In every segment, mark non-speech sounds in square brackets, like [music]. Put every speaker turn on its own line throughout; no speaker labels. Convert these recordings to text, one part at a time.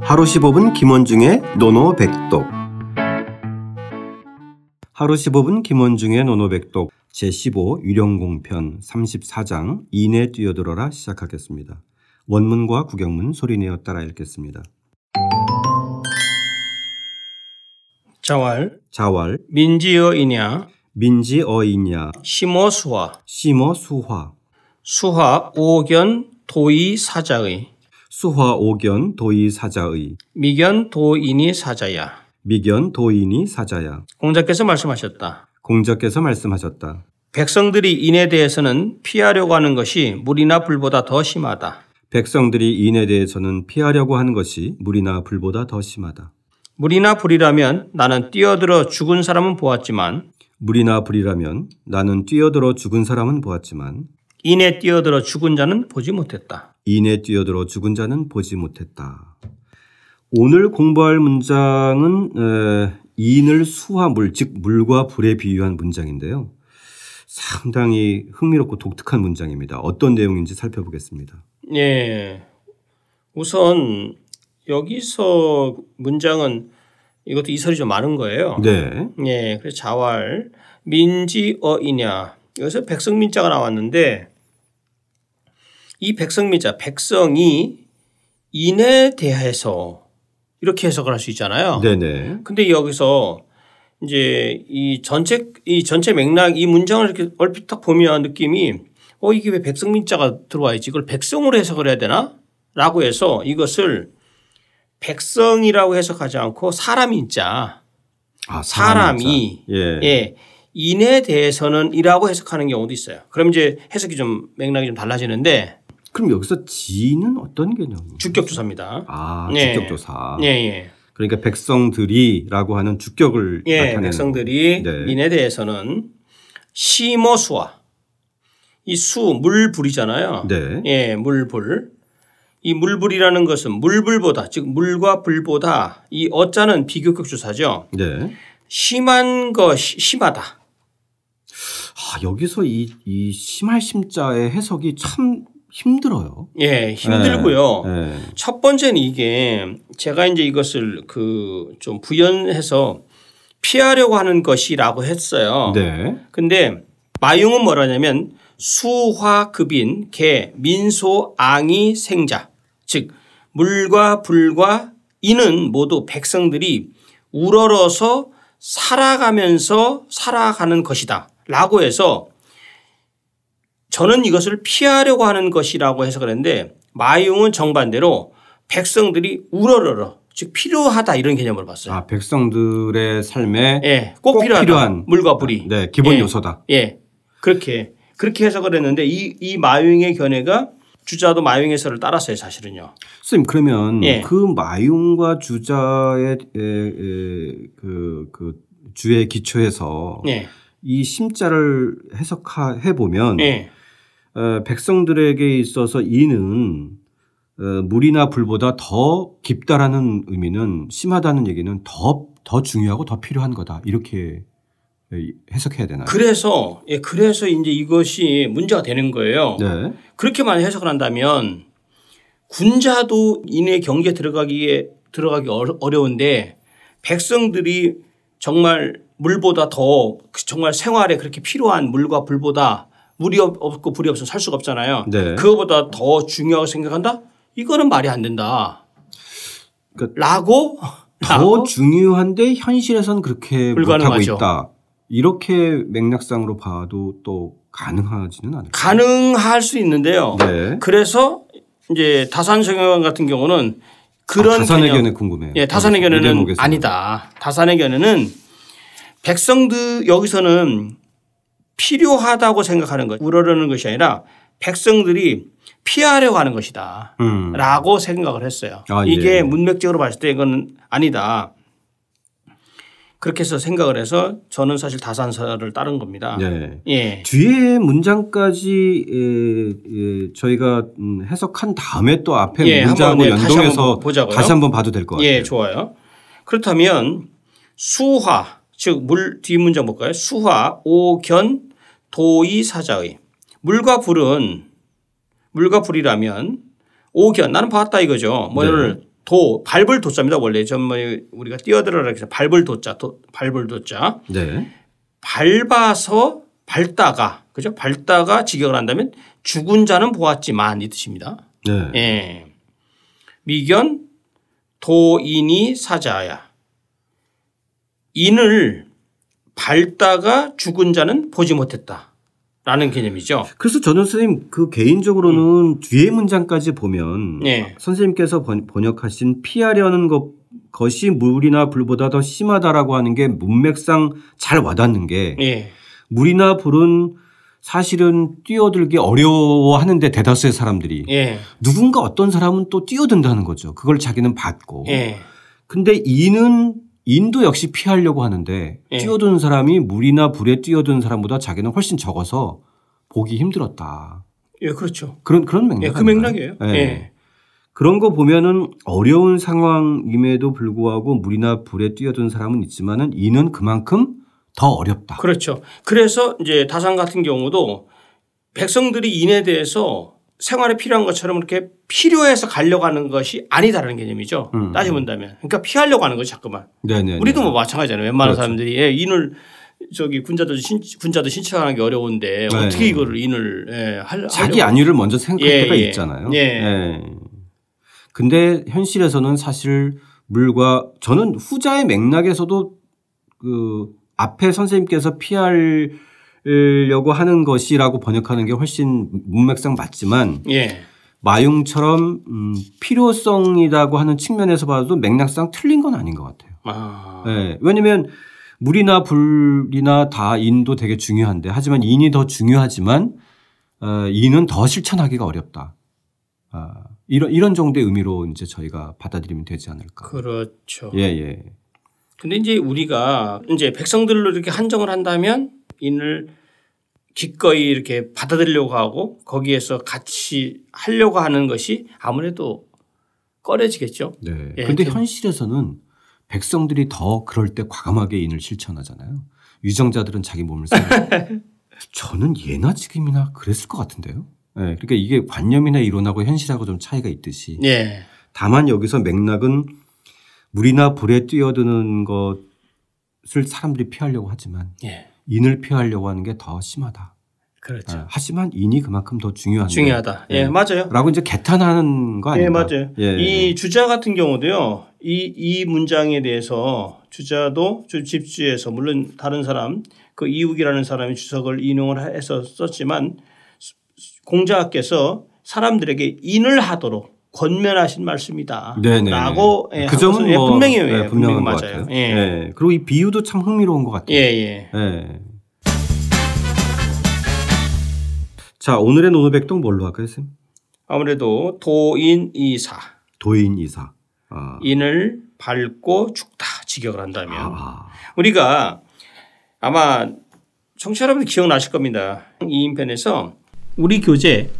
하루 15분 김원중의 노노백독 하루 15분 김원중의 노노백독 제15 유령공편 34장 이내 뛰어들어라 시작하겠습니다. 원문과 구경문 소리내어 따라 읽겠습니다.
자왈
자왈
민지어이냐
민지어이냐
심어수화
심어수화
수화 오견 도이 사자의
수화 오견 도이사자의
미견 도인이 사자야
미견 도인이 사자야
공자께서 말씀하셨다.
공자께서 말씀하셨다.
백성들이 인에 대해서는 피하려고 하는 것이 물이나 불보다 더 심하다.
백성들이 인에 대해서는 피하려고 하는 것이 물이나 불보다 더 심하다.
물이나 불이라면 나는 뛰어들어 죽은 사람은 보았지만
물이나 불이라면 나는 뛰어들어 죽은 사람은 보았지만
인에 뛰어들어 죽은 자는 보지 못했다.
인에 뛰어들어 죽은 자는 보지 못했다. 오늘 공부할 문장은 에, 인을 수화물 즉 물과 불에 비유한 문장인데요. 상당히 흥미롭고 독특한 문장입니다. 어떤 내용인지 살펴보겠습니다.
예. 우선 여기서 문장은 이것도 이설이 좀 많은 거예요.
네,
예, 그래서 자활 민지어이냐 여기서 백성민자가 나왔는데 이 백성민자 백성이 인에 대해서 이렇게 해석을 할 수 있잖아요.
네, 네,
근데 여기서 이제 이 전체 이 전체 맥락 이 문장을 이렇게 얼핏 딱 보면 느낌이 어 이게 왜 백성민자가 들어와 있지 이걸 백성으로 해석을 해야 되나라고 해서 이것을 백성이라고 해석하지 않고 사람인자
아,
사람이
사람이자. 예,
예. 인에 대해서는 이라고 해석하는 경우도 있어요. 그럼 이제 해석이 좀 맥락이 좀 달라지는데
그럼 여기서 지는 어떤 개념이에요?
주격조사입니다.
아,
예.
주격조사.
예, 예.
그러니까 백성들이라고 하는 주격을
예,
나타내는
백성들이
거고. 네.
인에 대해서는 시모수와 이 수, 물불이잖아요.
네.
예, 물불. 이 물불이라는 것은 물불보다 즉 물과 불보다 이 어자는 비교격 조사죠.
네.
심한 것 심하다.
아, 여기서 이, 이 심할 심자의 해석이 참 힘들어요.
예, 힘들고요.
네.
첫 번째는 이게 제가 이제 이것을 그 좀 부연해서 피하려고 하는 것이라고 했어요.
네.
근데 마융은 뭐라냐면 수화급인 개 민소 앙이 생자 즉 물과 불과 이는 모두 백성들이 우러러서 살아가면서 살아가는 것이다라고 해서 저는 이것을 피하려고 하는 것이라고 해석을 했는데 마융은 정반대로 백성들이 우러러러 즉 필요하다 이런 개념으로 봤어요.
아, 백성들의 삶에
예, 꼭,
꼭
필요하다.
필요한.
물과 불이
네, 기본
예.
요소다.
예. 그렇게 그렇게 해석을 했는데 이, 이 마융의 견해가 주자도 마융의 설을 따랐어요 사실은요.
선생님, 그러면
예.
그 마융과 주자의 에, 에, 그, 그 주에 기초해서
예.
이 심자를 해석해 보면
예.
어, 백성들에게 있어서 이는 어, 물이나 불보다 더 깊다라는 의미는 심하다는 얘기는 더, 더 중요하고 더 필요한 거다. 이렇게 에, 해석해야 되나요?
그래서 예 그래서 이제 이것이 문제가 되는 거예요.
네.
그렇게만 해석을 한다면 군자도 인의 경기에 들어가기에 들어가기 어- 어려운데 백성들이 정말 물보다 더그 정말 생활에 그렇게 필요한 물과 불보다 물이 없- 없고 불이 없으면 살 수가 없잖아요.
네.
그거보다 더 중요하게 생각한다? 이거는 말이 안 된다.
그-
라고
[laughs] 더 중요한데 현실에선 그렇게
불가능하죠.
못하고 있다. 이렇게 맥락상으로 봐도 또 가능하지는
그
않을까.
가능할 수 있는데요.
네.
그래서 이제 다산 성형 같은 경우는 그런
아, 다산의
개념-
견해 궁금해요. 아,
예, 다산의 견해는
미래목에서.
아니다. 다산의 견해는 백성들 여기서는 필요하다고 생각하는 것, 우러르는 것이 아니라 백성들이 피하려고 하는 것이다.
음.
라고 생각을 했어요.
아, 예.
이게 문맥적으로 봤을 때 이건 아니다. 그렇게 해서 생각을 해서 저는 사실 다산서를 따른 겁니다.
네.
예.
뒤에 문장까지 에, 에, 저희가 음, 해석한 다음에 또 앞에
예,
문장하고
한번, 네, 다시
연동해서
한번 보자고요.
다시 한번 봐도 될 것 같아요.
예, 좋아요. 그렇다면 수화 즉 물 뒷문장 볼까요? 수화 오견 도이 사자의 물과
네.
불은 물과 불이라면 오견 나는 봤다 이거죠. 뭐를 도 발벌 도자입니다. 원래 전에 우리가 뛰어들어라 해서 발벌 도자 도, 발벌 도자
네.
밟아서 밟다가 그죠? 밟다가 직역을 한다면 죽은 자는 보았지만 이 뜻입니다.
네.
예. 미견 도인이 사자야. 인을 밟다가 죽은 자는 보지 못했다. 라는 개념이죠.
그래서 저는 선생님 그
음.
개인적으로는 뒤에 문장까지 보면
네.
선생님께서 번, 번역하신 피하려는 것 것이 물이나 불보다 더 심하다라고 하는 게 문맥상 잘 와닿는 게
예.
물이나 불은 사실은 뛰어들기 어려워하는데 대다수의 사람들이
예.
누군가 어떤 사람은 또 뛰어든다는 거죠. 그걸 자기는 받고.
예.
근데 이는 인도 역시 피하려고 하는데
예.
뛰어든 사람이 물이나 불에 뛰어든 사람보다 자기는 훨씬 적어서 보기 힘들었다.
예, 그렇죠.
그런 그런 맥락.
예, 그
아닌가요?
맥락이에요.
예.
예.
그런 거 보면은 어려운 상황임에도 불구하고 물이나 불에 뛰어든 사람은 있지만은 이는 그만큼 더 어렵다.
그렇죠. 그래서 이제 다산 같은 경우도 백성들이 인에 대해서 생활에 필요한 것처럼 이렇게 필요해서 가려고 하는 것이 아니다라는 개념이죠.
음.
따져본다면. 그러니까 피하려고 하는 거죠, 자꾸만.
네네.
우리도 뭐 마찬가지잖아요. 웬만한
그렇죠.
사람들이 예, 인을 저기 군자도 신, 군자도 신청하는 게 어려운데
네.
어떻게 이거를 인을 예, 할
자기
하려고.
안위를 먼저 생각할
예,
때가
예.
있잖아요.
예.
근데 현실에서는 사실 물과 저는 후자의 맥락에서도 그 앞에 선생님께서 피하려고 하는 것이라고 번역하는 게 훨씬 문맥상 맞지만
예.
마융처럼 음, 필요성이라고 하는 측면에서 봐도 맥락상 틀린 건 아닌 것 같아요.
아.
예. 왜냐하면 물이나 불이나 다 인도 되게 중요한데 하지만 인이 더 중요하지만 어, 인은 더 실천하기가 어렵다. 아, 이런 이런 정도의 의미로 이제 저희가 받아들이면 되지 않을까.
그렇죠.
예 예.
근데 이제 우리가 이제 백성들로 이렇게 한정을 한다면 인을 기꺼이 이렇게 받아들이려고 하고 거기에서 같이 하려고 하는 것이 아무래도 꺼려지겠죠.
네.
예,
근데
그-
현실에서는 백성들이 더 그럴 때 과감하게 인을 실천하잖아요. 유정자들은 자기 몸을 쓰고
[laughs]
저는 예나 지금이나 그랬을 것 같은데요. 예. 그러니까 이게 관념이나 이론하고 현실하고 좀 차이가 있듯이
예.
다만 여기서 맥락은 물이나 불에 뛰어드는 것을 사람들이 피하려고 하지만
예.
인을 피하려고 하는 게 더 심하다.
그렇죠.
아, 하지만 인이 그만큼 더 중요한
중요하다. 예,
네.
맞아요.
라고 이제 개탄하는 거 아닌가?
예, 맞아요.
예.
이 주자 같은 경우도요. 이, 이 문장에 대해서 주자도 주- 집주에서 물론 다른 사람 그 이욱이라는 사람이 주석을 인용을 해서 썼지만 수- 수- 공자께서 사람들에게 인을 하도록 권면하신 말씀이다.
네네.
라고 예,
그 점은
하고서- 예,
뭐
분명해요. 예,
예, 분명한
분명히
것
맞아요.
같아요. 네.
예. 예.
그리고 이 비유도 참 흥미로운 것 같아요.
예.
예. 자 오늘의 노노백동 뭘로 할까요, 쌤?
아무래도 도인이사
도인 이사. 아.
인을 밟고 죽다 직역을
아,
한다면
아.
우리가 아마 청취자 여러분들 기억나실 겁니다. 이 인편에서 우리 교재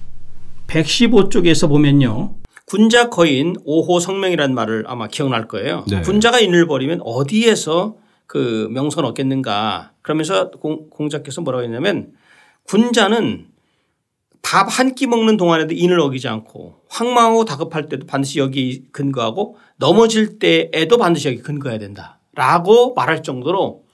115쪽에서 보면요. 군자 거인 5호 성명이라는 말을 아마 기억날 거예요.
네.
군자가 인을 벌이면 어디에서 그 명선 얻겠는가. 그러면서 공, 공자께서 뭐라고 했냐면 군자는 밥 한 끼 먹는 동안에도 인을 어기지 않고 황망하고 다급할 때도 반드시 여기 근거하고 넘어질 때에도 반드시 여기 근거해야 된다. 라고 말할 정도로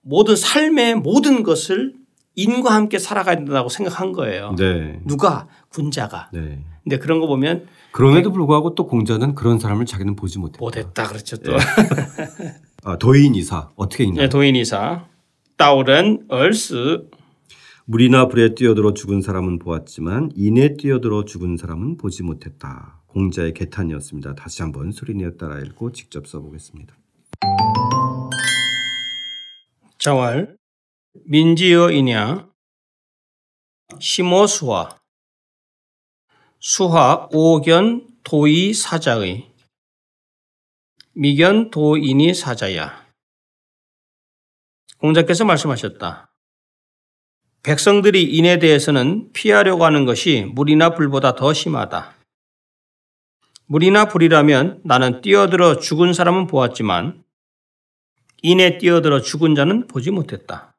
모든 삶의 모든 것을 인과 함께 살아가야 된다고 생각한 거예요.
네.
누가? 군자가.
네.
근데 그런 거 보면
그럼에도 불구하고 또 공자는 그런 사람을 자기는 보지 못했다.
못했다. 그렇죠. 또.
아, 도인 이사 어떻게 읽나?
네, 도인이사. 따오른 얼스.
물이나 불에 뛰어들어 죽은 사람은 보았지만 인에 뛰어들어 죽은 사람은 보지 못했다. 공자의 개탄이었습니다. 다시 한번 소리내어 따라 읽고 직접 써보겠습니다.
정월. 민지여이냐. 심오수화. 수화 오견 도이 사자의. 미견 도인이 사자야. 공자께서 말씀하셨다. 백성들이 인에 대해서는 피하려고 하는 것이 물이나 불보다 더 심하다. 물이나 불이라면 나는 뛰어들어 죽은 사람은 보았지만 인에 뛰어들어 죽은 자는 보지 못했다.